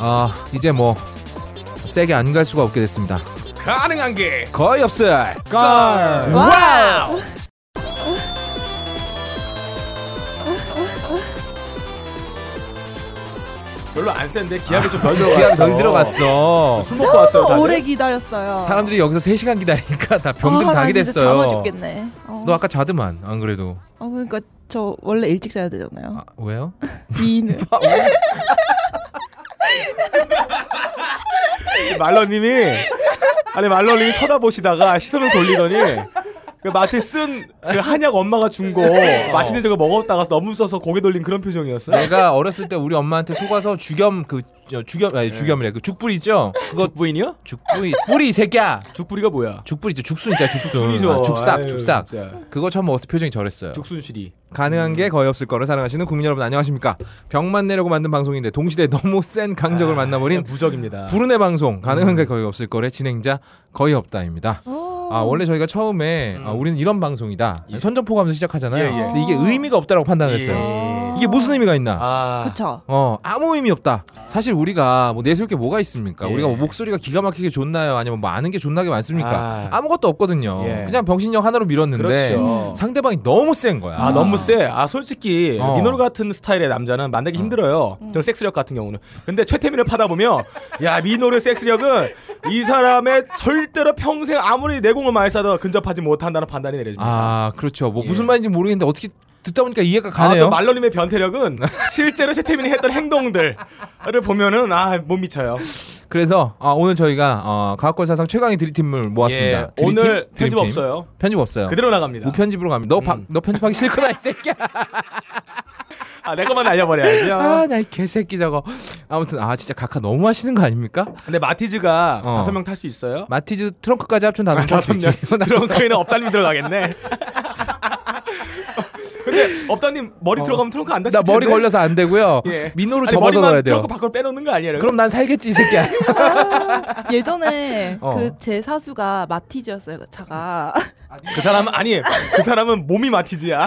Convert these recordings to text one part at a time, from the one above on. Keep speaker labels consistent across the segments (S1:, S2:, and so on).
S1: 아 이제 뭐 세게 안 갈 수가 없게 됐습니다
S2: 가능한 게
S1: 거의 없을 걸
S2: 와우 별로 안 센데 아, 기압이 좀덜 들어갔어
S1: 기한 덜 들어갔어
S2: 술 먹고 왔어요 다들?
S3: 오래 기다렸어요.
S1: 사람들이 여기서 3시간 기다리니까 다 병든
S3: 아, 나
S1: 닭이
S3: 진짜
S1: 됐어요
S3: 참아 죽겠네. 어.
S1: 너 아까 자드만 안 그래도
S3: 어, 그러니까 저 원래 일찍 자야 되잖아요.
S1: 아, 왜요?
S3: 미인은
S2: 말러님이 아니 말러님이 쳐다보시다가 시선을 돌리더니 그 마치 쓴 그 한약 엄마가 준 거 맛있는 저거 먹었다가 너무 써서 고개 돌린 그런 표정이었어요.
S1: 내가 어렸을 때 우리 엄마한테 속아서 주겸 그 저, 주겸
S2: 네.
S1: 아니 주겸이래 그 죽불이죠 그거
S2: 죽부인이요?
S1: 죽불이 뿌리 이 새끼야
S2: 죽부리가 뭐야?
S1: 죽불이죠 죽순 있잖아 죽순
S2: 죽순이죠.
S1: 아, 죽삭
S2: 아유,
S1: 죽삭
S2: 진짜.
S1: 그거 처음 먹었을 때 표정이 저랬어요
S2: 죽순실이.
S1: 가능한
S2: 음.
S1: 게 거의 없을 거를 사랑하시는 국민 여러분 안녕하십니까 병만 내려고 만든 방송인데 동시대 너무 센 강적을
S2: 아.
S1: 만나버린
S2: 무적입니다.
S1: 불운의 방송 가능한 게 거의 없을 거래 진행자 거의 없다입니다.
S3: 어.
S1: 아 원래 저희가 처음에 아, 우리는 이런 방송이다
S2: 예.
S1: 선전포고 하면서 시작하잖아요.
S2: 예, 예.
S1: 근데 이게 의미가 없다라고 판단했어요.
S2: 예.
S1: 아, 이게 무슨 의미가 있나?
S2: 아
S3: 그쵸.
S1: 어 아무 의미 없다. 사실 우리가 뭐 내세울 게 뭐가 있습니까?
S2: 예.
S1: 우리가 뭐 목소리가 기가 막히게 좋나요? 아니면 뭐 아는 게 존나게 많습니까?
S2: 아.
S1: 아. 무것도 없거든요.
S2: 예.
S1: 그냥 병신력 하나로 밀었는데
S2: 그렇죠.
S1: 상대방이 너무 센 거야.
S2: 아, 너무 세. 아 솔직히
S1: 어.
S2: 민호루 같은 스타일의 남자는 만나기 힘들어요. 저는 섹스력 같은 경우는. 근데 최태민을 파다 보면 야 민호루의 섹스력은 이 사람의 절대로 평생 아무리 내공을 많이 쌓아도 근접하지 못한다는 판단이 내려집니다.
S1: 아 그렇죠. 뭐
S2: 예.
S1: 무슨 말인지 모르겠는데 어떻게 듣다 보니까 이해가
S2: 아,
S1: 가네요.
S2: 또 말러님의 변태력은 실제로 최태민이 했던 행동들을 보면은 아 못 미쳐요.
S1: 그래서 아, 오늘 저희가 어, 가옥골 사상 최강의 드림팀을 모았습니다.
S2: 예,
S1: 드림팀?
S2: 오늘
S1: 드림팀?
S2: 편집 없어요. 음.
S1: 편집 없어요. 뭐
S2: 그대로 나갑니다.
S1: 무편집으로 갑니다. 너, 바- 너 편집하기 싫구나 이 새끼야.
S2: 아, 내 것만 날려버려야죠.
S1: 아 나 이 개새끼 저거. 아무튼 아 진짜 각하 너무 하시는 거 아닙니까?
S2: 근데 마티즈가
S1: 어.
S2: 다섯 명 탈 수 있어요?
S1: 마티즈 트렁크까지 합치면 다섯 명수
S2: 다섯
S1: 있지.
S2: 명. 트렁크에는 업달님 들어가겠네. 근데 업달님 머리 들어가면 트렁크 안 다칠
S1: 나 머리
S2: 텐데.
S1: 걸려서 안 되고요.
S2: 예.
S1: 민호를
S2: 아니,
S1: 접어서
S2: 머리만
S1: 넣어야 돼요.
S2: 트렁크 네. 밖으로 빼놓는 거 아니에요?
S1: 그럼 난 살겠지 이 새끼야.
S3: 예전에
S1: 어.
S3: 그 제 사수가 마티즈였어요. 그 차가.
S2: 그 사람은 아니 그 사람은 몸이 마티즈야.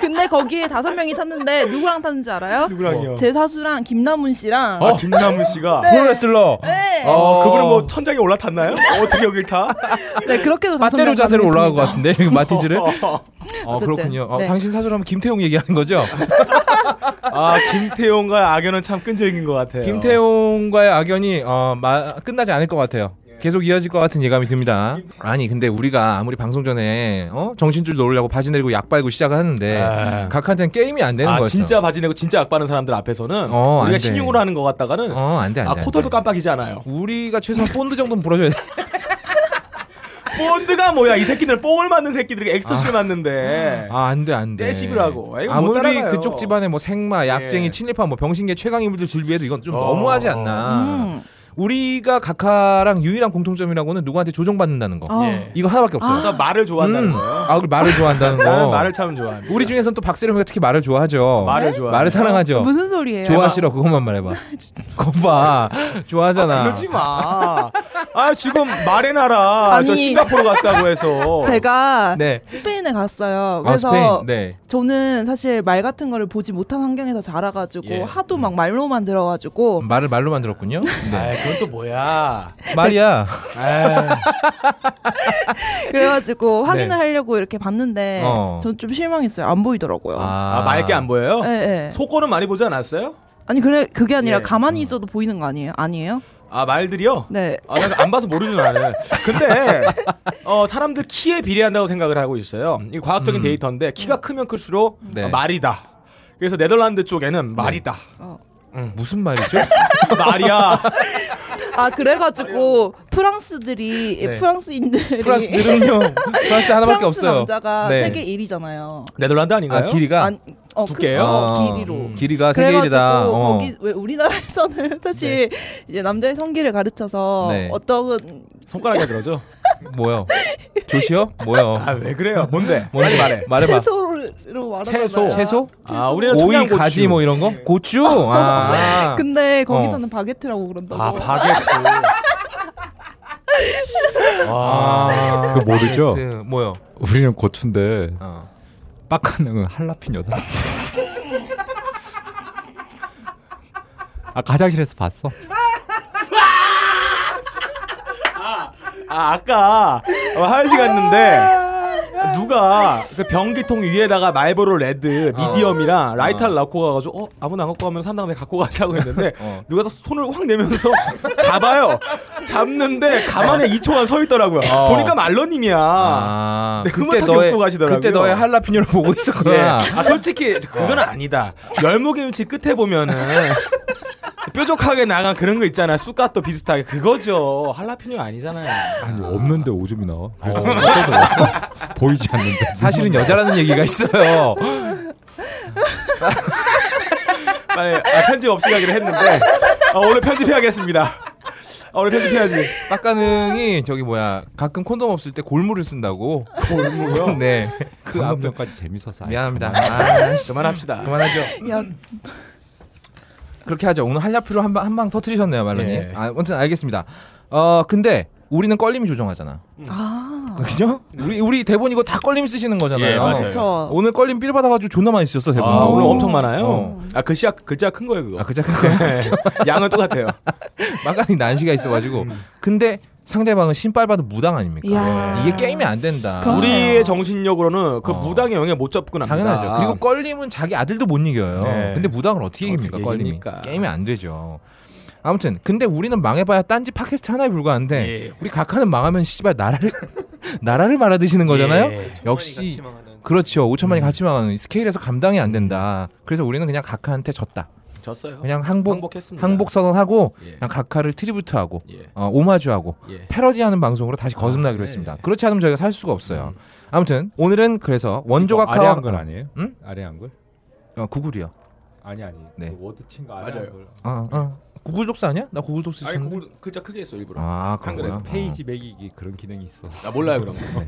S3: 근데 거기에 다섯 명이 탔는데 누구랑 탔는지 알아요?
S2: 누구랑요?
S1: 어.
S3: 제 사수랑 김남훈 씨랑.
S2: 아, 김남훈 씨가.
S1: 프로레슬러.
S3: 네.
S2: 어, 그분은 뭐 천장에 올라탔나요? 어떻게 여길 타?
S3: 네 그렇게도 다섯
S1: 빠떼로
S3: 명
S1: 자세로 올라갈 것
S3: 탔습니다.
S1: 같은데 마티즈를. 어,
S3: 어쨌든,
S1: 그렇군요. 어,
S3: 네.
S1: 당신 사주라면 김태용 얘기하는 거죠?
S2: 아 김태용과 악연은 참 끈적인 것 같아요.
S1: 김태용과의 악연이 어, 마- 끝나지 않을 것 같아요. 계속 이어질 것 같은 예감이 듭니다. 아니 근데 우리가 아무리 방송 전에 어? 정신줄 놓으려고 바지 내리고 약 빨고 시작을 하는데
S2: 아.
S1: 각한테는 게임이 안 되는
S2: 아
S1: 거였어.
S2: 진짜 바지 내고 진짜 악바는 사람들 앞에서는
S1: 어, 안 돼.
S2: 우리가 신용으로 하는 것 같다가는
S1: 어안돼
S2: 아
S1: 안돼.
S2: 코털도 깜빡이지 않아요.
S1: 우리가 최소한 본드 정도는 불어줘야 돼.
S2: 본드가 뭐야 이 새끼들 뽕을 맞는 새끼들에게 엑스터시를 맞는데
S1: 아 안돼 안돼.
S2: 떼씹으라고. 아, 이거 못
S1: 아무리
S2: 따라가요.
S1: 그쪽 집안에 뭐 생마, 약쟁이,
S2: 예.
S1: 친일파, 뭐 병신계 최강 인물들 즐비해도 이건 좀
S2: 어.
S1: 너무하지 않나.
S3: 음.
S1: 우리가 각하랑 유일한 공통점이라고는 누구한테 조종받는다는 거.
S3: 어.
S2: 예.
S1: 이거 하나밖에 없어요.
S2: 그러니까 말을
S1: 아.
S2: 좋아한다는
S1: 음.
S2: 거예요.
S1: 아, 그리고 말을 좋아한다는
S2: 나는
S1: 거.
S2: 말을 참 좋아합니다.
S1: 우리 중에선 또 박세롬이가 특히 말을 좋아하죠.
S2: 말을 좋아해요.
S1: 말을 사랑하죠.
S3: 네? 무슨 소리예요?
S1: 좋아 싫어 그것만 말해봐. 거봐 좋아하잖아.
S2: 그러지 마. 아 지금 말의 나라
S3: 아니.
S2: 저 싱가포르 갔다고 해서
S3: 제가
S1: 네.
S3: 스페인에
S1: 아
S3: 갔어요. 그래서
S1: 스페인. 네.
S3: 저는 사실 말 같은 거를 보지 못한 환경에서 자라가지고
S2: 예.
S3: 하도
S1: 음.
S3: 막 말로만 들어가지고
S1: 말을 말로 만들었군요. 네.
S2: 아 그건 또 뭐야?
S1: 말이야.
S3: 네.
S2: 아,
S3: 그래가지고 확인을 하려고 이렇게 봤는데
S1: 네. 어.
S3: 전 좀 실망했어요. 안 보이더라고요.
S2: 아 맑게 안 보여요?
S3: 예, 예.
S2: 속고는 많이 보지 않았어요?
S3: 아니 그래 그게 아니라
S2: 예.
S1: 음.
S3: 가만히 있어도 보이는 거 아니에요? 아니에요?
S2: 아 말들이요?
S3: 네.
S2: 아, 난안 봐서 모르죠 나는. 근데 어, 사람들 키에 비례한다고 생각을 하고 있어요. 이 과학적인 데이터인데 키가 크면 클수록
S1: 음. 네.
S2: 어, 말이다. 그래서 네덜란드 쪽에는 말이다.
S1: 응, 무슨 말이죠?
S2: 말이야.
S3: 아 그래가지고 프랑스들이
S2: 네.
S3: 프랑스인들이
S1: 프랑스들은요. 프랑스 하나밖에
S3: 프랑스
S1: 없어요.
S3: 남자가
S1: 네.
S3: 세계 1위잖아요.
S2: 네덜란드
S1: 아
S2: 아닌가요?
S1: 길이가
S3: 어,
S2: 두께요?
S3: 어,
S1: 아,
S3: 길이로.
S1: 음, 길이가 세계
S3: 그래가지고
S1: 1위다. 어.
S3: 거기 왜 우리나라에서는 사실 이제 남자의 성기를 가르쳐서
S1: 네.
S3: 어떤
S2: 손가락에 들어죠.
S1: 뭐요? 조시요? 뭐요?
S2: 아 왜 그래요? 뭔데?
S1: 뭔데?
S2: 빨리 말해.
S1: 말해봐.
S3: 채소로 어, 말하잖아요.
S1: 채소. 채소?
S2: 아 우리는
S1: 오이,
S2: 청양고추.
S1: 가지 뭐 이런 거? 고추. 아.
S3: 그-
S1: 어.
S3: 근데 거기서는 바게트라고 그런다고.
S2: 아 바게트.
S1: 아,
S4: 그거 모르죠?
S1: 그, 뭐요?
S4: 우리는 고추인데
S1: 어.
S4: 빡가능은 할라피뇨다. 아까 화장실에서 봤어?
S2: 아 아까 어, 화장실 갔는데
S1: 아.
S2: 누가 그 변기통 위에다가 말보로 레드
S1: 어.
S2: 미디엄이랑 라이터를 놓고 가가지고 어 아무나 안 갖고 가면 산다는데 갖고 가자고 했는데
S1: 어.
S2: 누가 또 손을 확 내면서 잡아요 잡는데 가만히 2초간 서 있더라고요
S1: 어.
S2: 보니까 말러님이야
S1: 아,
S2: 네,
S1: 그때
S2: 흐뭇하게
S1: 너의
S2: 웃고 가시더라고요.
S1: 그때 너의 할라피뇨를 보고
S2: 예.
S1: 있었구나.
S2: 아 솔직히 그건 아니다 열무김치 끝에 보면은 뾰족하게 나간 그런 거 있잖아 쑥갓도 비슷하게 그거죠 할라피뇨 아니잖아요.
S4: 아니 없는데 오줌이 나와. 그래서 못 찾아봤어. 보이지 않는데.
S1: 사실은 여자라는 얘기가 있어요.
S2: 빨리 아, 편집 없이 가기로 했는데 아, 오늘 편집해야겠습니다. 아, 오늘 편집해야지.
S1: 빡가능이 저기 뭐야 가끔 콘돔 없을 때 골무를 쓴다고. 골무요? 네. 그
S4: 그
S1: 앞에
S4: 앞면까지 재밌어서. 아예
S1: 미안합니다.
S4: 그만.
S1: 아, 씨.
S2: 그만합시다.
S1: 그만하죠.
S3: 야,
S1: 그렇게 하죠. 오늘 한라피로 한방 한방 터트리셨네요, 말로님.
S2: 예.
S1: 아, 아무튼 알겠습니다. 어, 근데 우리는 껄림이 조정하잖아.
S3: 아,
S1: 그죠? 우리 우리 대본 이거 다 껄림 쓰시는 거잖아요.
S2: 예, 맞아요.
S3: 그렇죠.
S1: 오늘 껄림 삘 받아가지고 존나 많이 쓰셨어 대본.
S2: 아, 오늘
S1: 오.
S2: 엄청 많아요.
S1: 어.
S2: 아 글씨가 글자가 큰 거예요 그거.
S1: 아, 그자 그거
S2: 네. 양은 똑같아요.
S1: 막간이 난시가 있어가지고.
S2: 음.
S1: 근데 상대방은 신빨봐도 무당 아닙니까?
S3: 이야.
S1: 이게 게임이 안 된다.
S3: 그럼.
S2: 우리의 정신력으로는 그
S1: 어.
S2: 무당의 영에 못 접근합니다. 아.
S1: 당연하죠. 그리고 껄림은 자기 아들도 못 이겨요.
S2: 네.
S1: 근데 무당을 어떻게 이깁니까?
S2: 어떻게
S1: 껄림이
S2: 이깁니까?
S1: 게임이 안 되죠. 아무튼 근데 우리는 망해봐야 딴지 팟캐스트 하나에 불과한데
S2: 예.
S1: 우리 각하는 망하면 씨발 나라를 나라를 말아드시는 거잖아요.
S2: 예. 음.
S1: 역시 그렇죠. 5천만이 같이 망하는 이 스케일에서 감당이 안 된다. 그래서 우리는 그냥 각하한테 졌다.
S2: 졌어요.
S1: 그냥 항복
S2: 음. 항복했습니다.
S1: 항복 선언하고
S2: 예.
S1: 그냥 각하를 트리뷰트하고
S2: 예.
S1: 어, 오마주하고
S2: 예.
S1: 패러디하는 방송으로 다시 거듭나기로
S2: 네.
S1: 했습니다. 그렇지 않으면 저희가 살 수가 없어요. 아무튼 오늘은 그래서 원조
S4: 이거 아래
S1: 각하와
S4: 한글 아니에요?
S1: 응?
S4: 아래 한글?
S1: 어, 구글이요.
S4: 아니 아니.
S1: 네.
S4: 그 워드 친거
S2: 맞아요.
S1: 아, 아. 구글 독스 아니야? 나 구글 독스
S2: 아니
S1: 썼는데.
S2: 구글 글자 크게 했어 일부러.
S1: 아, 그런
S2: 한글에서
S1: 거야?
S4: 페이지 매기기 그런 기능이 있어.
S2: 나 몰라요 그런 거.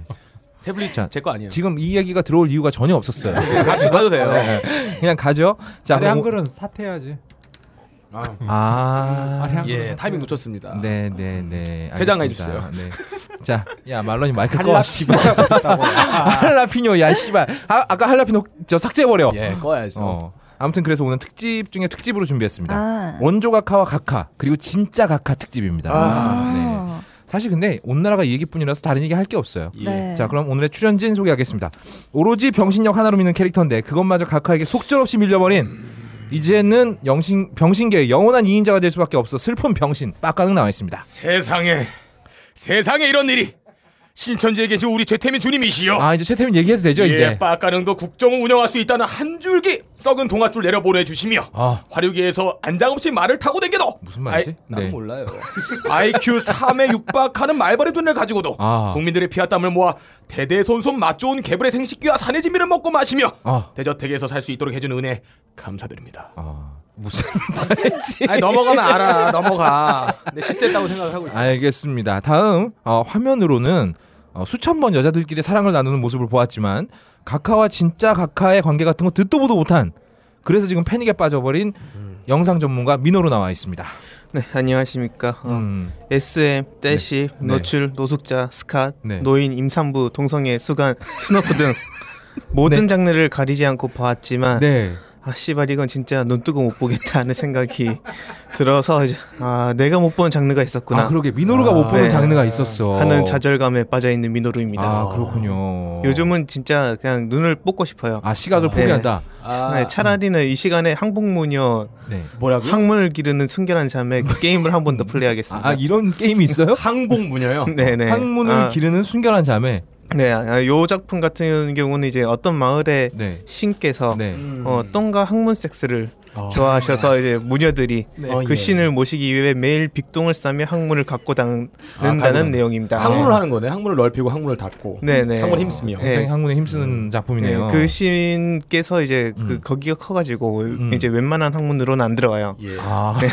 S2: 태블릿
S1: 네. 자,
S2: 제 거 아니에요. 예,
S1: 어. 지금 이 얘기가 들어올 이유가 전혀 없었어요.
S2: 같이 가도 돼요.
S1: 네. 그냥 가죠. 자,
S4: 아래
S1: 그럼-
S4: 한글은 사퇴해야지.
S2: 아,
S1: 아,
S2: 예 타이밍 놓쳤습니다.
S1: 네, 네, 네.
S2: 퇴장해
S1: 알겠습니다. 네. 자, 야 말론이 마이크 꺼.
S4: 한라-
S1: 씨발. 할라피뇨, 야 씨발. 아, 아까 할라피뇨 저 삭제해 버려.
S2: 예 꺼야죠.
S1: 어. 아무튼 그래서 오늘 특집 중에 특집으로 준비했습니다.
S3: 아.
S1: 원조 각하와 각하 그리고 진짜 각하 특집입니다. 네.
S3: 아,
S1: 사실 근데 온 나라가 이 얘기뿐이라서 다른 얘기 할 게 없어요.
S2: 예.
S3: 네.
S1: 자 그럼 오늘의 출연진 소개하겠습니다. 오로지 병신력 하나로 미는 캐릭터인데 그것마저 각하에게 속절없이 밀려버린 이제는 영신 병신계의 영원한 이인자가 될 수밖에 없어 슬픈 병신 빡가능 나와 있습니다.
S5: 세상에 세상에 이런 일이 신천지에 계신 우리 최태민 주님이시여
S1: 아 이제 최태민 얘기해도 되죠
S5: 예,
S1: 이제.
S5: 빠까능도 국정을 운영할 수 있다는 한 줄기 썩은 동아줄 내려보내 주시며
S1: 아.
S5: 화류계에서 안장없이 말을 타고 댕겨도
S1: 무슨 말이지? 네.
S2: 나는 아, 몰라요.
S5: IQ 3에 육박하는 말발의 돈을 가지고도
S1: 아.
S5: 국민들의 피와 땀을 모아 대대손손 맛 좋은 개불의 생식기와 산의 진미를 먹고 마시며
S1: 아.
S5: 대저택에서 살 수 있도록 해준 은혜 감사드립니다.
S1: 아 무슨 말인지.
S2: 아니 넘어가면 알아 넘어가. 근데 실수했다고 생각을 하고 있어.
S1: 알겠습니다. 다음 어, 화면으로는 어, 수천 번 여자들끼리 사랑을 나누는 모습을 보았지만 각하와 진짜 각하의 관계 같은 거 듣도 보도 못한 그래서 지금 패닉에 빠져버린
S6: 음.
S1: 영상 전문가 민호로 나와 있습니다.
S6: 네 안녕하십니까 어,
S1: 음,
S6: SM 떼시
S1: 네.
S6: 노출 노숙자 스캇
S1: 네.
S6: 노인 임산부 동성애 수간 스노프 등 모든 장르를 가리지 않고 봤지만
S1: 네.
S6: 아 씨발 이건 진짜 눈 뜨고 못 보겠다 하는 생각이 들어서 이제 아 내가 못 본 장르가 있었구나
S1: 아 그러게 민호로가 못 보는
S6: 네.
S1: 장르가 있었어.
S6: 하는 좌절감에 빠져 있는 미노루입니다.
S1: 아 그렇군요.
S6: 요즘은 네. 진짜 그냥 눈을 뽑고 싶어요.
S1: 아 시각을 포기한다.
S2: 아,
S6: 네, 차라리는 이 시간에 항복무녀
S1: 네.
S2: 뭐라고요?
S6: 학문을 기르는 순결한 자매 그 게임을 한 번 더 플레이하겠습니다.
S1: 아 이런 게임이 있어요?
S2: 항복 무녀요.
S6: 네네.
S1: 학문을
S6: 아,
S1: 기르는 순결한 자매.
S6: 네, 아, 요 작품 같은 경우는 이제 어떤 마을의
S1: 네.
S6: 신께서
S1: 네.
S6: 어,
S2: 음.
S6: 똥과 학문 섹스를 좋아하셔서 이제 무녀들이
S2: 네.
S1: 아, 예.
S6: 그 신을 모시기 위해 매일 빅동을 싸며 학문을 갖고 다닌다는
S2: 가구나.
S6: 내용입니다.
S2: 항문을 하는 거네. 항문을 넓히고 항문을 닫고.
S6: 아. 네네.
S2: 항문 힘쓰며.
S1: 굉장히 학문에 힘쓰는 작품이네요. 음.
S6: 그 신께서 이제 그 거기가 커가지고 이제 웬만한 학문으로는 안 들어와요.
S2: 예.
S1: 아.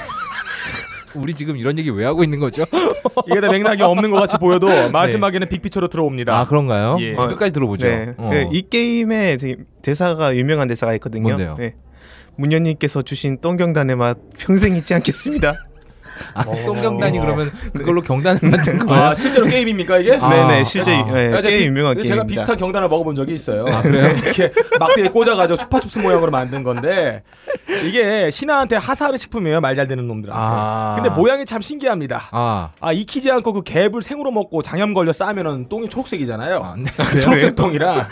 S1: 우리 지금 이런 얘기 왜 하고 있는 거죠?
S5: 이게 다 맥락이 없는 것 같이 보여도 마지막에는 빅피처로 들어옵니다.
S1: 아 그런가요?
S5: 예.
S1: 어, 끝까지 들어보죠.
S6: 네.
S1: 어.
S6: 네, 이 게임의 되- 대사가 유명한 대사가 있거든요.
S1: 뭔데요?
S6: 네. 문녀님께서 주신 똥경단의 맛 평생 잊지 않겠습니다.
S1: 아,
S2: 어.
S1: 똥경단이 그러면 그걸로 경단을 만든 거예요?
S2: 아 실제로 게임입니까 이게?
S1: 아.
S6: 네네 실제 예,
S2: 아, 제가
S6: 꽤
S2: 비-
S6: 유명한
S2: 제가
S6: 게임입니다. 네.
S2: 비슷한 경단을 먹어본 적이 있어요. 아, 그래요? 이렇게 막대에 꽂아가지고 추파춥스 모양으로 만든 건데 이게 신하한테 하사하는 식품이에요. 말 잘 되는 놈들한테.
S1: 아.
S2: 근데 모양이 참 신기합니다.
S1: 아,
S2: 아 익히지 않고 그 갭을 생으로 먹고 장염 걸려 싸면은 똥이 초록색이잖아요.
S1: 아, 네.
S2: 초록색 똥이라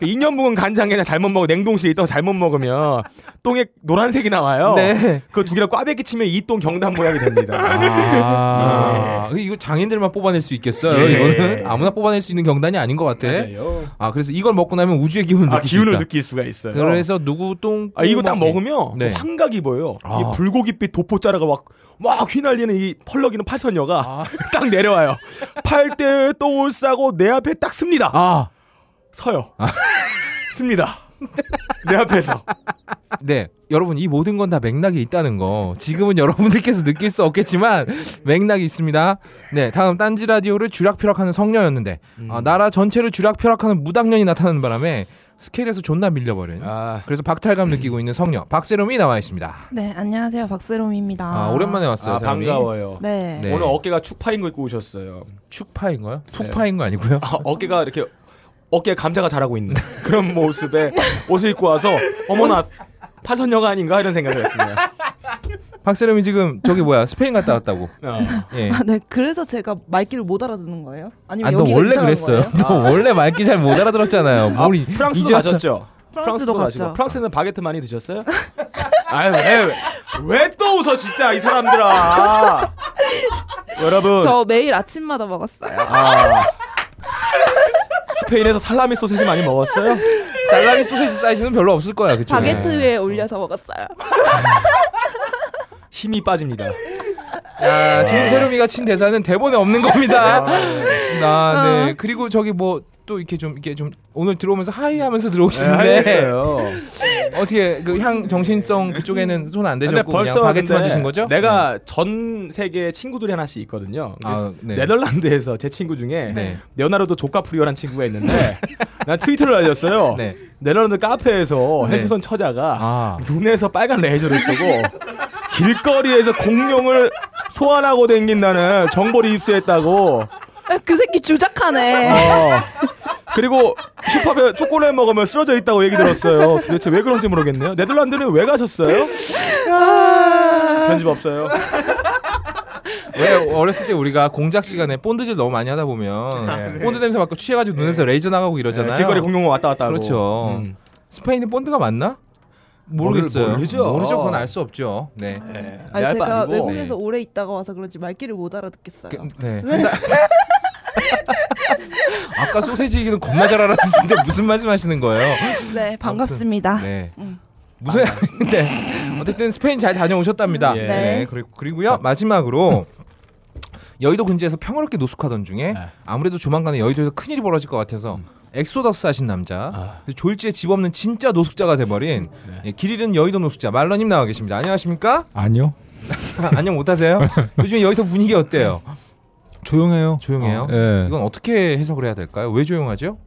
S2: 그 인연묵은 간장 그냥 잘못 먹어 냉동실에 있던 거 잘못 먹으면 똥에 노란색이 나와요.
S1: 네.
S2: 그 두 개를 꽈배기 치면 이 똥 경단 모양이 됩니다.
S1: 아, 이거 장인들만 뽑아낼 수 있겠어요.
S2: 네. 예.
S1: 이거는 아무나 뽑아낼 수 있는 경단이 아닌 것 같아.
S2: 맞아요.
S1: 아, 그래서 이걸 먹고 나면 우주의 기운을
S2: 네? 아
S1: 느낄 수
S2: 기운을
S1: 있다.
S2: 느낄 수가 있어요.
S1: 그래서 누구 똥?
S2: 아 이거 딱
S1: 똥 먹-
S2: 먹으면
S1: 네.
S2: 환각이 보여요.
S1: 아.
S2: 이 불고기빛 도포자라가 막, 막 휘날리는 이 펄럭이는 팔선녀가
S1: 아.
S2: 딱 내려와요. 팔대 똥을 싸고 내 앞에 딱 씁니다.
S1: 아,
S2: 서요. 씁니다. 내 앞에서.
S1: 네. 여러분 이 모든 건 다 맥락이 있다는 거. 지금은 여러분들께서 느낄 수 없겠지만 맥락이 있습니다. 네. 다음 딴지 라디오를 주락펴락하는 성녀였는데 아,
S2: 음.
S1: 나라 전체를 주락펴락하는 무당년이 나타나는 바람에 스케일에서 존나 밀려버린.
S2: 아,
S1: 그래서 박탈감 느끼고 있는 성녀 박세롬이 나와 있습니다.
S3: 네, 안녕하세요. 박세롬입니다.
S1: 아, 오랜만에 왔어요.
S2: 아,
S1: 세롬이.
S2: 반가워요.
S3: 네.
S1: 네.
S2: 오늘 어깨가 축 파인 거 입고 오셨어요.
S1: 축파인가요?
S2: 네.
S1: 푹파인 거 아니고요?
S2: 아, 어깨가 이렇게 어깨에 감자가 자라고 있는 그런 모습에 옷을 입고 와서 어머나 팔선녀가 아닌가 이런 생각을 했습니다.
S1: 박세롬이 지금 저기 뭐야 스페인 갔다 왔다고.
S2: 어.
S1: 예.
S3: 아, 네, 그래서 제가 말귀를 못 알아듣는 거예요? 아니면
S1: 아, 너
S3: 여기가
S1: 원래
S3: 이상한
S1: 그랬어요.
S3: 거예요?
S1: 너 원래 말기 잘 못 알아들었잖아요.
S2: 아,
S1: 뭘 이-
S2: 프랑스도
S1: 잊었어.
S2: 가셨죠?
S3: 프랑스도
S2: 가시고.
S3: 갔죠.
S2: 프랑스는 바게트 많이 드셨어요? 아유 왜왜또 웃어 진짜 이 사람들아. 여러분
S3: 저 매일 아침마다 먹었어요.
S2: 아, 스페인에서 살라미 소세지 많이 먹었어요?
S1: 살라미 소세지 사이즈는 별로 없을 거야. 그쵸?
S3: 바게트 위에 올려서 먹었어요.
S2: 힘이 빠집니다. 네.
S1: 야, 아, 진세롬이가 친 대사는 대본에 없는 겁니다.
S2: 네.
S1: 아, 네. 그리고 저기 뭐 또 이렇게 좀 이렇게 좀 오늘 들어오면서 하이 하면서 들어오시는데
S2: 네, 알겠어요.
S1: 어떻게 그 향 정신성 그쪽에는 손 안
S2: 근데
S1: 대셨고 그냥
S2: 벌써
S1: 바게트만
S2: 근데
S1: 드신 거죠? 네.
S2: 내가 전 세계 친구들이 하나씩 있거든요.
S1: 아, 네.
S2: 네덜란드에서 제 친구 중에
S1: 네.
S2: 레오나르도 조카프리오라는 친구가 있는데 난 트위터를 알렸어요.
S1: 네.
S2: 네덜란드 카페에서
S1: 네.
S2: 헬조선 처자가
S1: 아.
S2: 눈에서 빨간 레이저를 쓰고 길거리에서 공룡을 소환하고 댕긴다는 정보를 입수했다고.
S3: 아, 그 새끼 주작하네.
S2: 어. 그리고 슈퍼에 초콜릿 먹으면 쓰러져 있다고 얘기 들었어요. 도대체 왜 그런지 모르겠네요. 네덜란드는 왜 가셨어요?
S1: 아.
S2: 편집 없어요.
S1: 왜 어렸을 때 우리가 공작 시간에 본드질 너무 많이 하다 보면
S2: 아,
S1: 본드 냄새 맡고 취해가지고 눈에서 레이저 나가고 이러잖아요.
S2: 네. 길거리 공룡 어, 왔다 갔다 하고.
S1: 그렇죠.
S2: 음.
S1: 스페인이 본드가 맞나? 모르겠어요.
S2: 모르죠.
S1: 모르죠. 그건 알 수 없죠. 네.
S3: 아니,
S2: 얇아
S3: 제가
S2: 아니고.
S3: 외국에서 오래 있다가 와서 그런지 말귀를 못 알아듣겠어요.
S1: 그, 네. 아까 소세지 얘기는 겁나 잘 알았는데 무슨 말씀하시는 거예요?
S3: 네, 반갑습니다.
S1: 네. 무슨 네. 어쨌든 스페인 잘 다녀오셨답니다.
S2: 예.
S1: 네.
S3: 네.
S1: 그리고 그리고요 마지막으로 여의도 근처에서 평화롭게 노숙하던 중에 아무래도 조만간에 여의도에서 큰 일이 벌어질 것 같아서 엑소더스 하신 남자 졸지에 집 없는 진짜 노숙자가 돼버린 예, 길 잃은 여의도 노숙자 말러님 나와 계십니다. 안녕하십니까?
S4: 아니요.
S1: 안녕 못하세요? 요즘 여의도 분위기 어때요?
S4: 조용해요.
S1: 조용해요?
S4: 어, 예.
S1: 이건 어떻게 해석을 해야 될까요? 왜 조용하죠?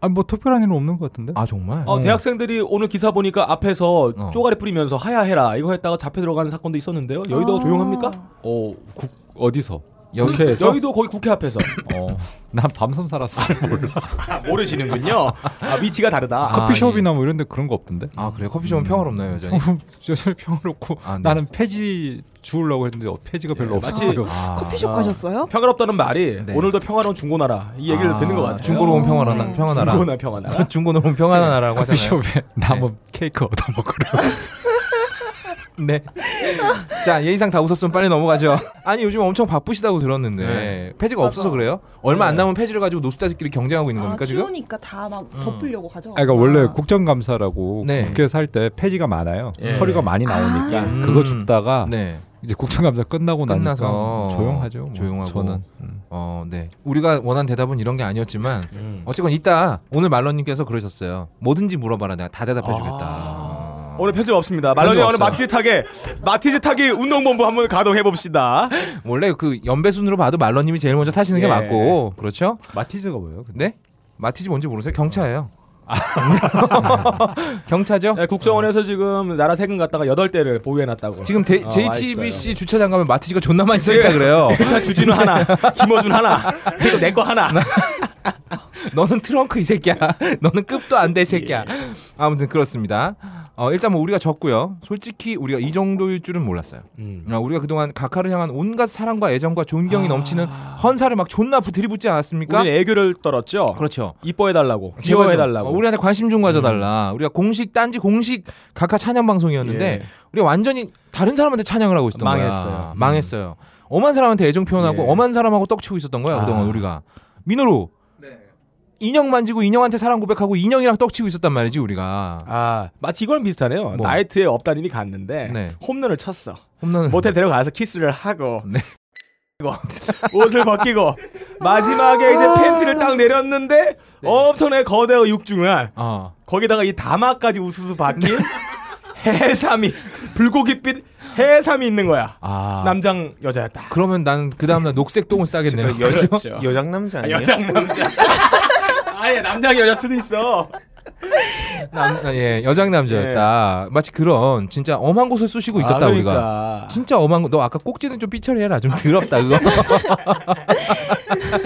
S4: 아뭐 특별한 일은 없는 것 같은데.
S1: 아 정말?
S2: 어, 대학생들이 오늘 기사 보니까 앞에서
S1: 어.
S2: 쪼가리 뿌리면서 하야해라 이거 했다가 잡혀 들어가는 사건도 있었는데요. 여의도가
S3: 아.
S2: 조용합니까?
S4: 어, 국 어디서?
S1: 여기에서?
S2: 여의도 거기 국회 앞에서
S4: 어, 난 밤섬 살았어. 몰라.
S2: 아, 모르시는군요. 아, 위치가 다르다.
S1: 아,
S4: 뭐 커피숍이나 뭐 이런데 그런 거 없던데.
S1: 아 그래요? 커피숍은
S4: 음.
S1: 평화롭나요 여전히?
S4: 저절 평화롭고
S1: 아, 네.
S4: 나는 폐지 주우려고 했는데 어, 폐지가 별로
S2: 예, 마치-
S4: 없었어요.
S1: 아.
S3: 그 커피숍
S2: 아.
S3: 가셨어요?
S2: 평화롭다는 말이
S1: 네.
S2: 오늘도 평화로운 중고나라 이 얘기를
S1: 아,
S2: 듣는 것 같아요. 음.
S1: 중고로 온 평화나 평화나라.
S2: 중고나 평화나라.
S1: 중고로 온 평화나라라고 하잖아요.
S4: 커피숍에 남은 케이크 얻어 먹으려고.
S1: 네. 자 예의상 다 웃었으면 빨리 넘어가죠. 아니 요즘 엄청 바쁘시다고 들었는데
S2: 네.
S1: 폐지가 없어서 그래요? 얼마 안 남은 폐지를 가지고 노숙자들끼리 경쟁하고 있는 겁니까
S3: 아,
S1: 지금?
S3: 추우니까 다 막
S1: 음.
S3: 덮으려고 가져가.
S4: 아, 그러니까 원래 국정감사라고
S1: 네.
S4: 국회 살때 폐지가 많아요.
S2: 예.
S4: 서류가 많이 나오니까
S1: 음.
S4: 그거 줍다가
S1: 네.
S4: 이제 국정감사 끝나고
S1: 끝나서
S4: 나니까 조용하죠. 뭐.
S1: 조용하고.
S4: 저는 음.
S1: 어, 네. 우리가 원한 대답은 이런 게 아니었지만
S2: 음.
S1: 어쨌건 이따 오늘 말러님께서 그러셨어요. 뭐든지 물어봐라 내가 다 대답해주겠다. 어.
S2: 오늘 편집 없습니다.
S1: 편집
S2: 말로니 오늘
S1: 없어요.
S2: 마티즈 타게 마티즈 타기 운동본부 한번 가동해 봅시다.
S1: 원래 그 연배 순으로 봐도 말러님이 제일 먼저 타시는 게
S2: 예.
S1: 맞고 그렇죠?
S4: 마티즈가 뭐예요?
S1: 네? 마티즈 뭔지 모르세요? 경차예요.
S2: 아.
S1: 경차죠?
S2: 네, 국정원에서 지금 나라 세금 갖다가 여덟 대를 보유해놨다고.
S1: 지금 데,
S2: 어,
S1: JTBC 주차장 가면 마티즈가 존나 많이 써있다
S2: 예.
S1: 그래요.
S2: 알았어요. 일단 주진우 하나, 김어준 하나, 그리고 내 거 하나.
S1: 너는 트렁크 이 새끼야. 너는 급도 안 돼 이 새끼야.
S2: 예.
S1: 아무튼 그렇습니다. 어, 일단 뭐 우리가 졌고요. 솔직히 우리가 이 정도일 줄은 몰랐어요.
S2: 음. 아.
S1: 아, 우리가 그동안 각하를 향한 온갖 사랑과 애정과 존경이 넘치는 헌사를 막 존나 들이붓지 않았습니까?
S2: 우리는 애교를 떨었죠.
S1: 그렇죠.
S2: 그러니까. 이뻐해달라고,
S1: 제발 좀,
S2: 귀여워해달라고. 음.
S1: 어, 우리한테 관심 좀 가져달라. 우리가 공식 딴지 공식 각하 찬양 방송이었는데
S2: 예.
S1: 우리가 완전히 다른 사람한테 찬양을 하고 있었던 거야.
S2: 망했어요. 음.
S1: 망했어요. 엄한 사람한테 애정 표현하고
S2: 예. 아.
S1: 엄한 사람하고 떡치고 있었던 거야 그동안 우리가. 민호로 인형 만지고 인형한테 사랑 고백하고 인형이랑 떡치고 있었단 말이지 우리가.
S2: 아 마치 이거랑 비슷하네요.
S1: 뭐.
S2: 나이트에 업다님이 갔는데
S1: 네.
S2: 홈런을 쳤어.
S1: 홈런은
S2: 모텔 데려가서 키스를 하고
S1: 네.
S2: 이거 옷을 벗기고 마지막에 이제 팬티를 딱 내렸는데 엄청나게 거대하고 육중한
S1: 어.
S2: 거기다가 이 다마까지 우수수 박힌 해삼이 불고기빛 해삼이 있는 거야.
S1: 아.
S2: 남장 여자였다.
S1: 그러면 나는 그 다음날 녹색 똥을 싸겠네요.
S6: 여자
S2: 그렇죠.
S6: 여장 남자
S2: 아,
S6: 아니에요?
S2: 여장 남자. 아예 남장 여자 수도 있어.
S1: 남, 아, 예, 여장 남자였다. 마치 그런 진짜 엄한 곳을 쑤시고 있었다
S2: 예. 아,
S1: 우리가.
S2: 그러니까.
S1: 진짜 엄한 거. 너 아까 꼭지는 좀 삐처리해라. 좀 더럽다 그거.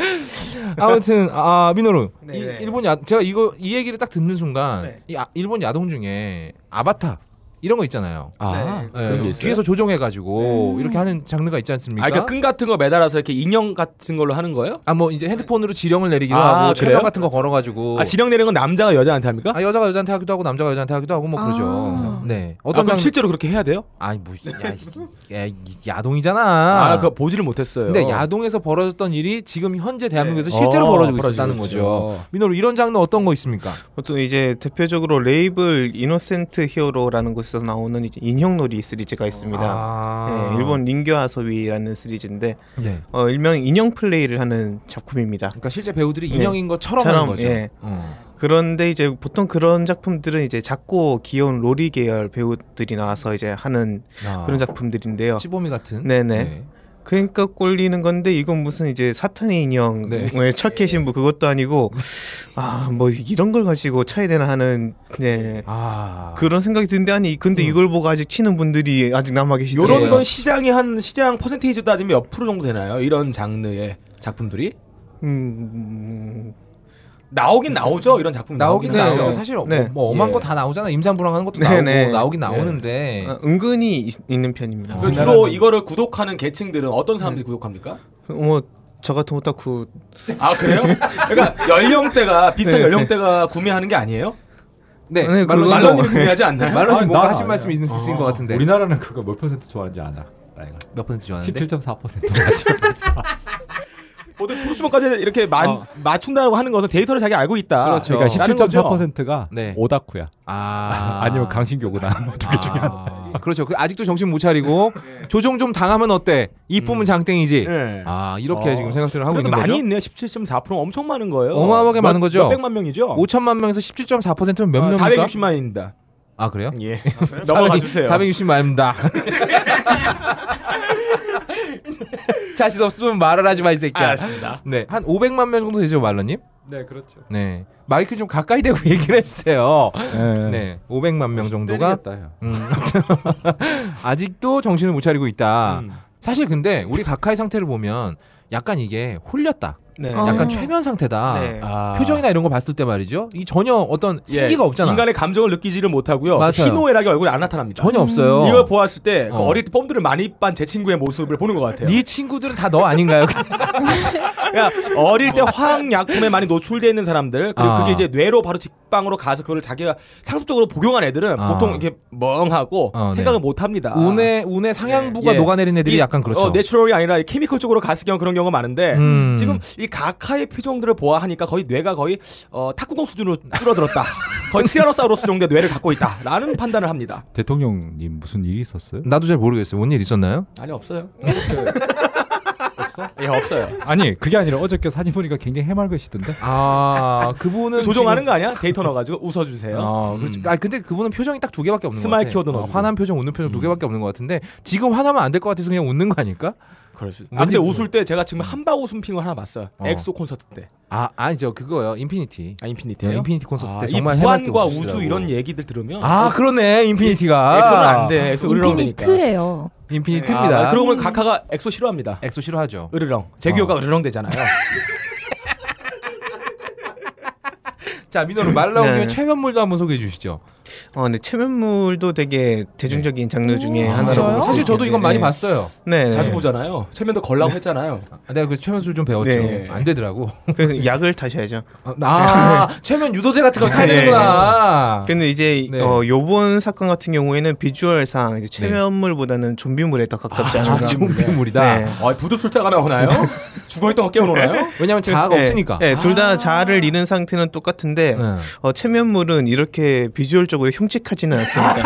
S1: 아무튼 아 민호루
S6: 네,
S1: 이-
S6: 네.
S1: 일본 야 제가 이거 이 얘기를 딱 듣는 순간
S6: 네.
S1: 이 아- 일본 야동 중에 아바타 이런 거 있잖아요.
S2: 아,
S6: 네.
S1: 예,
S2: 그런 게 있어요?
S1: 뒤에서 조정해가지고
S6: 음.
S1: 이렇게 하는 장르가 있지 않습니까?
S5: 아, 그러니까 끈 같은 거 매달아서 이렇게 인형 같은 걸로 하는 거예요?
S1: 아, 뭐 이제 핸드폰으로 지령을 내리기도
S2: 아,
S1: 하고
S2: 그래요?
S1: 체감 같은 거 걸어가지고
S2: 아 지령 내리는 건 남자가 여자한테 합니까?
S1: 아, 여자가 여자한테 하기도 하고 남자가 여자한테 하기도 하고 뭐 그러죠.
S3: 아.
S1: 네
S2: 어떤
S1: 어떤
S2: 아,
S1: 장
S2: 그 실제로 그렇게 해야 돼요?
S1: 아니 뭐 야, 씨, 야, 이- 야동이잖아.
S2: 아, 그거 보지를 못했어요.
S1: 근데 야동에서 벌어졌던 일이 지금 현재 대한민국에서
S2: 네.
S1: 실제로
S2: 어,
S1: 벌어지고
S2: 벌어지고
S1: 있었다는
S2: 있죠.
S1: 거죠. 민호로 이런 장르 어떤 거 있습니까?
S6: 보통 이제 대표적으로 레이블 이노센트 히어로라는 곳에서 나오는 이제 인형놀이 시리즈가 있습니다.
S1: 아,
S6: 네, 일본 닌교아소비라는 시리즈인데
S1: 네.
S6: 어, 일명 인형 플레이를 하는 작품입니다.
S1: 그러니까 실제 배우들이
S6: 네.
S1: 인형인 것처럼 하는
S6: 처럼,
S1: 거죠.
S6: 예.
S1: 어.
S6: 그런데 이제 보통 그런 작품들은 이제 작고 귀여운 로리 계열 배우들이 나와서 이제 하는
S1: 아,
S6: 그런 작품들인데요.
S1: 치보미 같은.
S6: 네네. 그러니까 꼴리는 건데 이건 무슨 이제 사탄의 인형
S1: 네.
S6: 왜 철캐 신부 뭐 그것도 아니고 아 뭐 이런 걸 가지고 쳐야 되나 하는 네.
S1: 아, 음.
S6: 그런 생각이 드는데 아니 근데 이걸 보고 아직 치는 분들이 아직 남아 계시더라고요.
S1: 네.
S2: 요런 건 시장이 한 시장 퍼센테이지 따지면 몇 프로 정도 되나요? 이런 장르의 작품들이
S6: 음, 음,
S2: 나오긴 나오죠. 이런 작품
S1: 나오긴 해요.
S6: 나오죠.
S1: 나오죠. 사실
S6: 네.
S1: 뭐, 뭐 엄한
S2: 예.
S1: 거 다 나오잖아. 임산부랑 하는 것도 나오고
S6: 네네.
S1: 나오긴 나오는데.
S6: 아, 은근히 있, 있는 편입니다.
S1: 아, 네.
S2: 그
S1: 그렇죠.
S2: 주로 이거를 구독하는 계층들은 어떤 사람들이 구독합니까?
S6: 뭐 저 같은 그, 오타쿠
S2: 아 그래요? 그러니까 연령대가 비슷한
S6: 네,
S2: 연령대가 구매하는 게 아니에요?
S1: 네.
S6: 네,
S1: 말로
S6: 그거-
S1: 말로
S2: 말로님 구매하지 않나요?
S1: 말로
S4: 아니,
S1: 뭔가
S4: 나-
S1: 하신 말씀 있는 있으신 것 같은데.
S4: 우리나라는 그거 몇 퍼센트 좋아하는지 알아. 네. 그렇죠. 나이가
S1: 몇 퍼센트 좋아하는데?
S4: 17.4%.
S2: 보통 소수만까지 이렇게 만, 맞춘다고 하는 것은 데이터를 자기 알고 있다.
S1: 그렇죠.
S4: 그러니까
S2: 라는 거죠.
S4: 17.4%가
S1: 네.
S4: 오다쿠야.
S1: 아.
S4: 아... 니면 강신교구나. 뭐두개 중에 하나.
S1: 아, 그렇죠. 그 아직도 정신 못 차리고
S6: 네.
S1: 조종 좀 당하면 어때?
S6: 음.
S1: 이쁨은 장땡이지.
S2: 예.
S1: 아 이렇게
S2: 어.
S1: 지금 생각들을 하고
S2: 그래도
S1: 있는
S2: 많이
S1: 거죠.
S2: 있네요. 17.4% 엄청 많은 거예요.
S1: 어마어마하게
S2: 몇-
S1: 많은 거죠?
S2: 몇백만 명이죠.
S1: 5천만 명에서 17.4%면 몇
S2: 아,
S1: 명입니까?
S2: 460만입니다.
S1: 아 그래요?
S2: 예. 넘어가 주세요.
S1: 460만입니다. 자신 없으면 말을 하지 마 이 새끼야.
S2: 알았습니다.
S1: 네, 한 500만 명 정도 되죠, 말러님?
S4: 네, 그렇죠.
S1: 네, 마이크 좀 가까이 대고 얘기를 해주세요.
S4: 네.
S1: 네, 500만 명
S2: 네.
S1: 정도가
S4: 때리겠다, 형.
S1: 음, 아직도 정신을 못 차리고 있다.
S2: 음.
S1: 사실 근데 우리 각하의 상태를 보면 약간 이게 홀렸다.
S6: 네.
S3: 아.
S1: 약간 최면 상태다.
S6: 네.
S2: 아.
S1: 표정이나 이런 거 봤을 때 말이죠. 이 전혀 어떤
S2: 예,
S1: 생기가 없잖아.
S2: 인간의 감정을 느끼지를 못하고요.
S1: 맞아요.
S2: 희노애락이 얼굴에 안 나타납니다.
S1: 전혀 없어요.
S2: 음. 이걸 보았을 때그
S1: 어.
S2: 어. 릴때 뽐들을 많이 빤 제 친구의 모습을 보는 것 같아요.
S1: 네 친구들은 다 너 아닌가요?
S2: 그러니까 어릴 때 화학 약품에 많이 노출돼 있는 사람들 그리고
S1: 아.
S2: 그게 이제 뇌로 바로 직방으로 가서 그걸 자기가 상습적으로 복용한 애들은
S1: 아.
S2: 보통 이렇게 멍하고
S1: 어, 네.
S2: 생각을 못 합니다.
S1: 운의 운의 상향부가 녹아내린 애들이 약간 그렇죠.
S2: 어, 아. 예, 내추럴이 아니라 이 케미컬 쪽으로 가스 경우 그런 경우가 많은데
S1: 음.
S2: 지금 이 각하의 표정들을 보아하니까 거의 뇌가 거의 어, 탁구공 수준으로 줄어들었다. 거의 티라노사우루스 정도의 뇌를 갖고 있다라는 판단을 합니다.
S4: 대통령님 무슨 일이 있었어요?
S1: 나도 잘 모르겠어요. 뭔 일 있었나요?
S2: 아니 없어요. 없어? 예 없어요.
S4: 아니, 그게 아니라 어저께 사진 보니까 굉장히 해맑으시던데.
S1: 아 그분은
S2: 조종하는
S1: 지금-
S2: 거 아니야? 데이터 넣어가지고 웃어주세요.
S1: 아, 그렇죠. 아 근데 그분은 표정이 딱 두 개밖에 없는
S2: 스마일
S1: 것 같아.
S2: 키워드
S1: 어,
S2: 넣어주고. 음.
S1: 화난 표정, 웃는 표정 두 개밖에 없는 것 같은데 지금 화나면 안 될 것 같아서 그냥 웃는 거 아닐까?
S2: 그럴 수. 아
S1: 왠지
S2: 근데
S1: 그거.
S2: 웃을 때 제가 지금 한박 웃음 핑을 하나 봤어요.
S1: 어.
S2: 엑소 콘서트 때.
S1: 아 아니죠 그거요 인피니티.
S2: 아 인피니티요.
S1: 네, 인피니티 콘서트 때
S2: 아,
S1: 정말
S2: 이
S1: 해맑게
S2: 부안과
S1: 웃으시더라고.
S2: 우주 이런 얘기들 들으면
S1: 아 그러네 인피니티가.
S2: 엑소는 안 돼. 엑소 으르렁 되니까.
S3: 인피니트예요.
S1: 인피니트입니다.
S2: 아, 그러고 보면 가카가 엑소 싫어합니다.
S1: 엑소 싫어하죠.
S2: 으르렁. 재규어가 으르렁 되잖아요.
S1: 자 민호로 말 나온 김에
S6: 네.
S1: 최면물도 한번 소개해 주시죠.
S6: 어, 근데 체면물도 되게 대중적인 장르 중에
S1: 아,
S3: 오,
S6: 하나라고
S3: 음, 진짜요?
S6: 볼수
S1: 네. 사실 저도
S6: 있겠네.
S1: 이건 많이
S6: 네.
S1: 봤어요.
S6: 네.
S2: 자주 보잖아요. 최면도 걸라고 했잖아요.
S1: 아, 내가 그래서 최면술 좀 배웠죠.
S6: 네.
S1: 안 되더라고.
S6: 그래서 약을 타셔야죠.
S1: 아, 아 최면 유도제 같은 걸 타야
S6: 네.
S1: 되는구나.
S6: 근데 이제
S1: 네.
S6: 어, 요번 사건 같은 경우에는 비주얼상 이제 체면물보다는 좀비물에
S1: 아,
S6: 더 가깝지 않나.
S1: 좀비물이다.
S6: 네.
S2: 아, 부두 술자가 나오나요? 죽어있던 거 깨워놓나요?
S1: 왜냐면 자아가
S6: 네.
S1: 없으니까.
S6: 네, 둘다 자아를 잃은 상태는 똑같은데
S1: 네.
S6: 어, 체면물은 이렇게 비주얼적으로 흉측하지는 않습니다.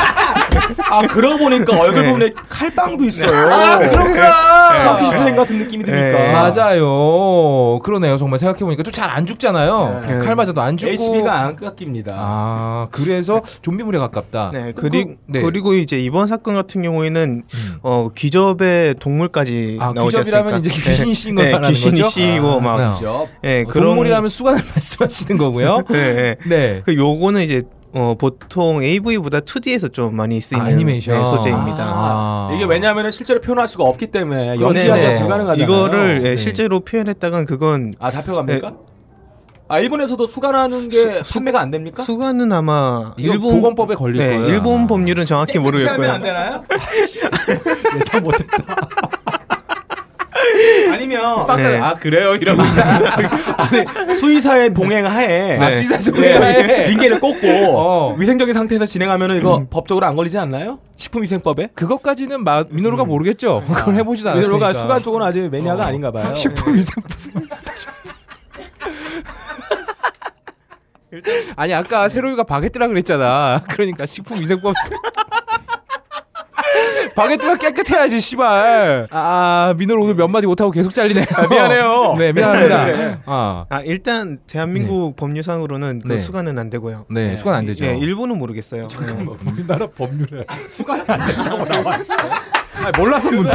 S2: 아 그러고 보니까
S1: 네.
S2: 얼굴 부분에 칼빵도 있어요. 아
S1: 그렇구나.
S2: 슈타인 같은 느낌이 드니까.
S6: 네.
S1: 맞아요. 그러네요. 정말 생각해 보니까 또 잘 안 죽잖아요.
S6: 네.
S1: 칼 맞아도 안 죽고.
S2: HB가 안 깎입니다.
S1: 아 그래서 좀비물에 가깝다.
S6: 네, 그리고
S1: 네. 음.
S6: 그리고 이제 이번 사건 같은 경우에는 어, 기접의 동물까지
S1: 아,
S6: 나오지
S1: 기접이라면
S6: 않습니까?
S1: 이제 귀신이 씌인 걸
S6: 네,
S1: 말하는
S6: 귀신이
S1: 거죠?
S6: 씌고 막
S1: 네.
S2: 그죠?
S6: 예,
S1: 어,
S6: 그런
S1: 동물이라면 수간을 말씀하시는 거고요.
S6: 네, 네.
S1: 네.
S6: 그 요거는 이제 어, 보통 AV보다 2D에서 좀 많이 쓰이는
S1: 아, 애니메이션.
S6: 네, 소재입니다.
S1: 아.
S2: 이게 왜냐하면 실제로 표현할 수가 없기 때문에
S6: 네,
S2: 연기가
S6: 네.
S2: 불가능하잖아요.
S6: 이거를 네. 예,
S1: 네.
S6: 실제로 표현했다간 그건
S2: 아 잡혀갑니까? 아 일본에서도 수간하는 게 판매가 안 됩니까?
S6: 수가는 아마
S1: 이거
S6: 일본
S1: 보건법에 걸릴
S6: 네,
S1: 거예요. 아.
S6: 일본 법률은 정확히
S2: 하면
S6: 모르겠고요. 아,
S2: 안 되나요?
S1: 예상 못했다.
S2: 아니면
S6: 네.
S5: 아 그래요 이러고
S2: 수의사의 동행하에
S6: 네. 음.
S1: 시사
S2: 네,
S1: 조사에
S2: 링게를 꽂고
S1: 어.
S2: 위생적인 상태에서 진행하면 이거 법적으로 안 걸리지 않나요? 식품위생법에?
S1: 그것까지는 마, 민호로가 모르겠죠. 그걸 해보지도 않았으니까.
S2: 위로가 그러니까 수간 쪽은 아직
S6: 어.
S2: 매니아가 아닌가 봐요.
S1: 식품 위생품. 아니 아까 세로이가 바게트라 그랬잖아. 그러니까 식품 위생법. 바게트가 깨끗해야지 씨발. 아 민호로 오늘 몇 마디 못 하고 계속 잘리네. 요
S2: 미안해요.
S1: 네 미안합니다. 아.
S6: 아 일단 대한민국 법률상으로는 그
S1: 네.
S6: 수가는 안 되고요.
S1: 네, 수건 안 되죠.
S6: 예, 일본은 모르겠어요. 네.
S1: 우리나라 법률에 수간이 안 된다고 나와 있어. 아, 몰라서 묻는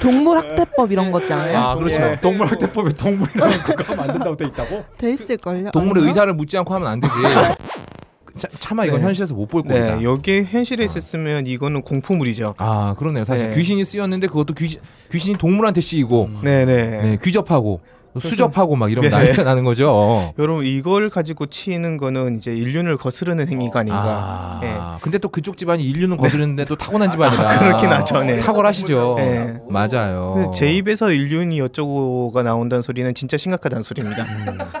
S3: 동물 학대법 이런 거지 않아요?
S1: 아 그렇죠.
S5: 동물학대법에 동물이라는 그거 만든다고 돼 있다고?
S3: 돼 있을 걸요.
S1: 아, 동물의 의사를 묻지 않고 하면 안 되지. 그, 차, 차마 이건
S6: 네.
S1: 현실에서 못 볼 꼴이다.
S6: 네, 여기 현실에 있었으면 이거는 공포물이죠.
S1: 아 그러네요. 사실
S6: 네.
S1: 귀신이 쓰였는데 그것도 귀신 귀신이 동물한테 씌이고
S6: 네, 네.
S1: 네, 귀접하고 수접하고 막 이런
S6: 네.
S1: 난리가 나는 거죠. 어.
S6: 여러분 이걸 가지고 치는 거는 이제 인륜을 거스르는 행위가 아닌가.
S1: 아
S6: 예.
S1: 근데 또 그쪽 집안이 인류는 거스르는데 또 타고난 집안이다.
S6: 그렇긴 하죠, 네.
S1: 탁월하시죠.
S6: 네.
S1: 맞아요.
S6: 근데 제 입에서 인륜이 어쩌고가 나온다는 소리는 진짜 심각하다는 소리입니다.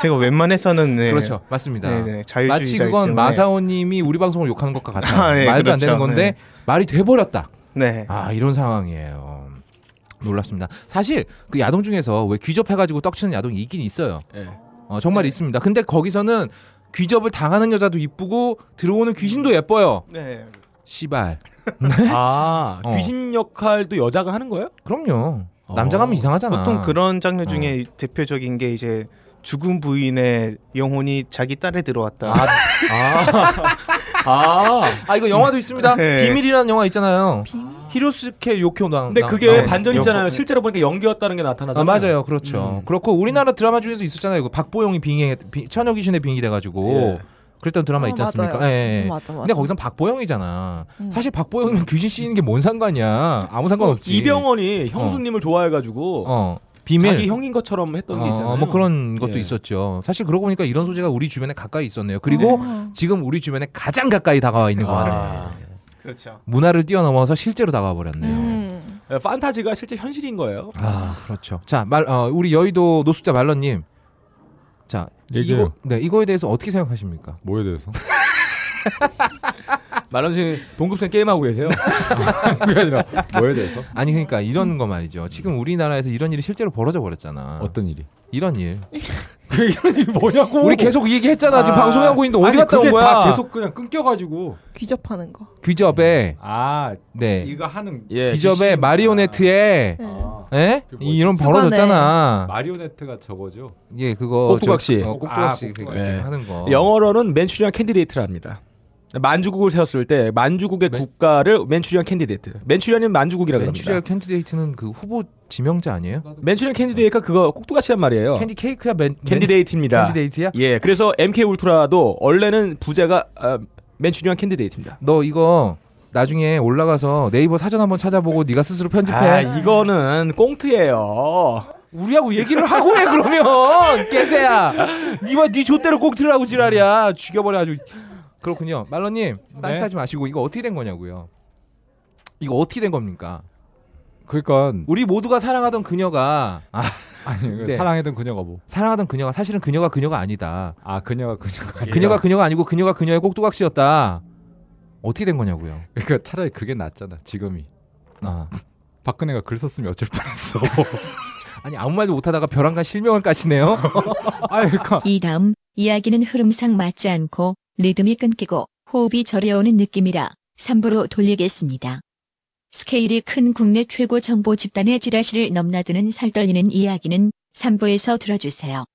S6: 제가 웬만해서는 네.
S1: 그렇죠. 맞습니다.
S6: 네네, 자유주의자이기
S1: 마치 그건
S6: 때문에.
S1: 마사오님이 우리 방송을 욕하는 것과 같아요.
S6: 아, 네,
S1: 말도 안
S6: 그렇죠.
S1: 되는 건데 말이 돼버렸다.
S6: 네.
S1: 아 이런 상황이에요. 놀랍습니다. 사실 그 야동 중에서 왜 귀접해가지고 떡치는 야동이 있긴 있어요.
S2: 예.
S1: 어,
S6: 네.
S1: 정말 있습니다. 근데 거기서는 귀접을 당하는 여자도 이쁘고 들어오는 귀신도 예뻐요.
S6: 네.
S1: 씨발.
S2: 아
S1: 어.
S2: 귀신 역할도 여자가 하는 거예요?
S1: 그럼요. 남자가 하면 이상하잖아.
S6: 네.
S1: 어.
S6: 보통 그런 장르 중에 대표적인 게 이제 죽은 부인의 영혼이 자기 딸에 들어왔다.
S2: 아
S1: 아 이거 영화도 있습니다.
S6: 네.
S1: 비밀이라는 영화 있잖아요. 히로스케 요키오 나.
S2: 근데
S1: 나-
S2: 그게
S1: 나오는.
S2: 반전
S6: 여-
S2: 있잖아요. 실제로 보니까 연기였다는 게
S1: 아,
S2: 나타나잖아요.
S1: 맞아요, 그렇죠. 그렇고 우리나라 드라마 중에서 있었잖아요. 그 박보영이 빙의 천여 귀신의 빙이 돼가지고
S2: 예.
S1: 그랬던 드라마
S3: 아,
S1: 있지 않습니까?
S3: 맞아요. 음,
S1: 예, 예.
S3: 맞아, 음. 맞아.
S1: 근데 거기선 박보영이잖아. 사실 박보영이면 귀신 씌는 게 뭔뭐 상관이야? 아무 상관 없지.
S2: 이병헌이 형수님을 좋아해가지고
S1: 어 비밀.
S2: 자기 형인 것처럼 했던 게 있잖아요.
S1: 어, 뭐 그런 것도
S2: 예.
S1: 있었죠. 사실 그러고 보니까 이런 소재가 우리 주변에 가까이 있었네요. 그리고
S3: 음.
S1: 지금 우리 주변에 가장 가까이 다가와 있는 것 같아요.
S6: 그렇죠.
S1: 문화를 뛰어넘어서 실제로 다가와 버렸네요.
S3: 음.
S2: 예, 판타지가 실제 현실인 거예요.
S1: 아 그렇죠. 자, 말 어, 우리 여의도 노숙자 말러님. 자,
S4: 얘기해요.
S1: 이거 네 이거에 대해서 어떻게 생각하십니까?
S4: 뭐에 대해서?
S2: 말론 씨 동급생 게임하고 계세요.
S4: 그게 아니라 뭐에 대해서?
S1: 아니 그러니까 이런 거 말이죠. 지금 우리나라에서 이런 일이 실제로 벌어져 버렸잖아.
S4: 어떤 일이?
S1: 이런 일.
S4: 이런 일이 뭐냐고?
S1: 우리 계속 이 얘기했잖아. 지금
S2: 아.
S1: 방송하고 있는데 어디
S4: 아니,
S1: 갔다 온
S4: 그게
S1: 거야?
S4: 다 계속 그냥 끊겨가지고
S3: 귀접하는 거.
S1: 귀접에
S4: 아
S1: 네
S4: 이거 하는
S2: 예.
S1: 귀접에
S4: 귀신이구나.
S1: 마리오네트에
S3: 네.
S4: 아,
S1: 에?
S4: 그게 뭐지?
S1: 이런 벌어졌잖아.
S4: 마리오네트가 저거죠.
S1: 예 그거
S2: 꼭두각시.
S1: 저- 어, 꼭두각시
S4: 아,
S1: 그거
S4: 꼭두각시.
S1: 어. 이렇게 하는 거.
S2: 영어로는 맨츄리안 캔디데이트랍니다. 만주국을 세웠을 때 만주국의 국가를 맨추리안 캔디데이트. 맨추리안은 만주국이라고
S1: 맨추리얼
S2: 합니다.
S1: 캔디데이트는 그 후보 지명자 아니에요?
S2: 맨추리안 캔디데이트가 그거 꼭두각시란 말이에요.
S1: 캔디 케이크야 맨
S2: 캔디데이트입니다.
S1: 캔디데이트야?
S2: 예, 그래서 MK 울트라도 원래는 부제가 아, 맨추리안 캔디데이트입니다.
S1: 너 이거 나중에 올라가서 네이버 사전 한번 찾아보고 네가 스스로 편집해.
S2: 아, 이거는 꽁트예요.
S1: 우리하고 얘기를 하고 해 그러면 깨새야. 니와 니 좆대로 꼭 들으라고 지랄이야. 죽여버려 아주. 그렇군요. 말러님
S4: 네.
S1: 딴짓하지 마시고 이거 어떻게 된 거냐고요. 이거 어떻게 된 겁니까?
S4: 그러니까
S1: 우리 모두가 사랑하던 그녀가 아,
S4: 아니,
S1: 네.
S4: 사랑했던 그녀가 뭐?
S1: 사랑하던 그녀가 사실은 그녀가 그녀가 아니다.
S4: 아 그녀가 그녀가 아니라-
S1: 그녀가 그녀가 아니고 그녀가 그녀의 꼭두각시였다. 어떻게 된 거냐고요.
S4: 그러니까 차라리 그게 낫잖아 지금이
S1: 아.
S4: 박근혜가 글 썼으면 어쩔 뻔했어
S1: 아니 아무 말도 못하다가 벼랑간 실명을 까시네요.
S4: 아 그러니까
S7: 이 다음 이야기는 흐름상 맞지 않고 리듬이 끊기고 호흡이 저려오는 느낌이라 3부로 돌리겠습니다. 스케일이 큰 국내 최고 정보 집단의 지라시를 넘나드는 살떨리는 이야기는 3부에서 들어주세요.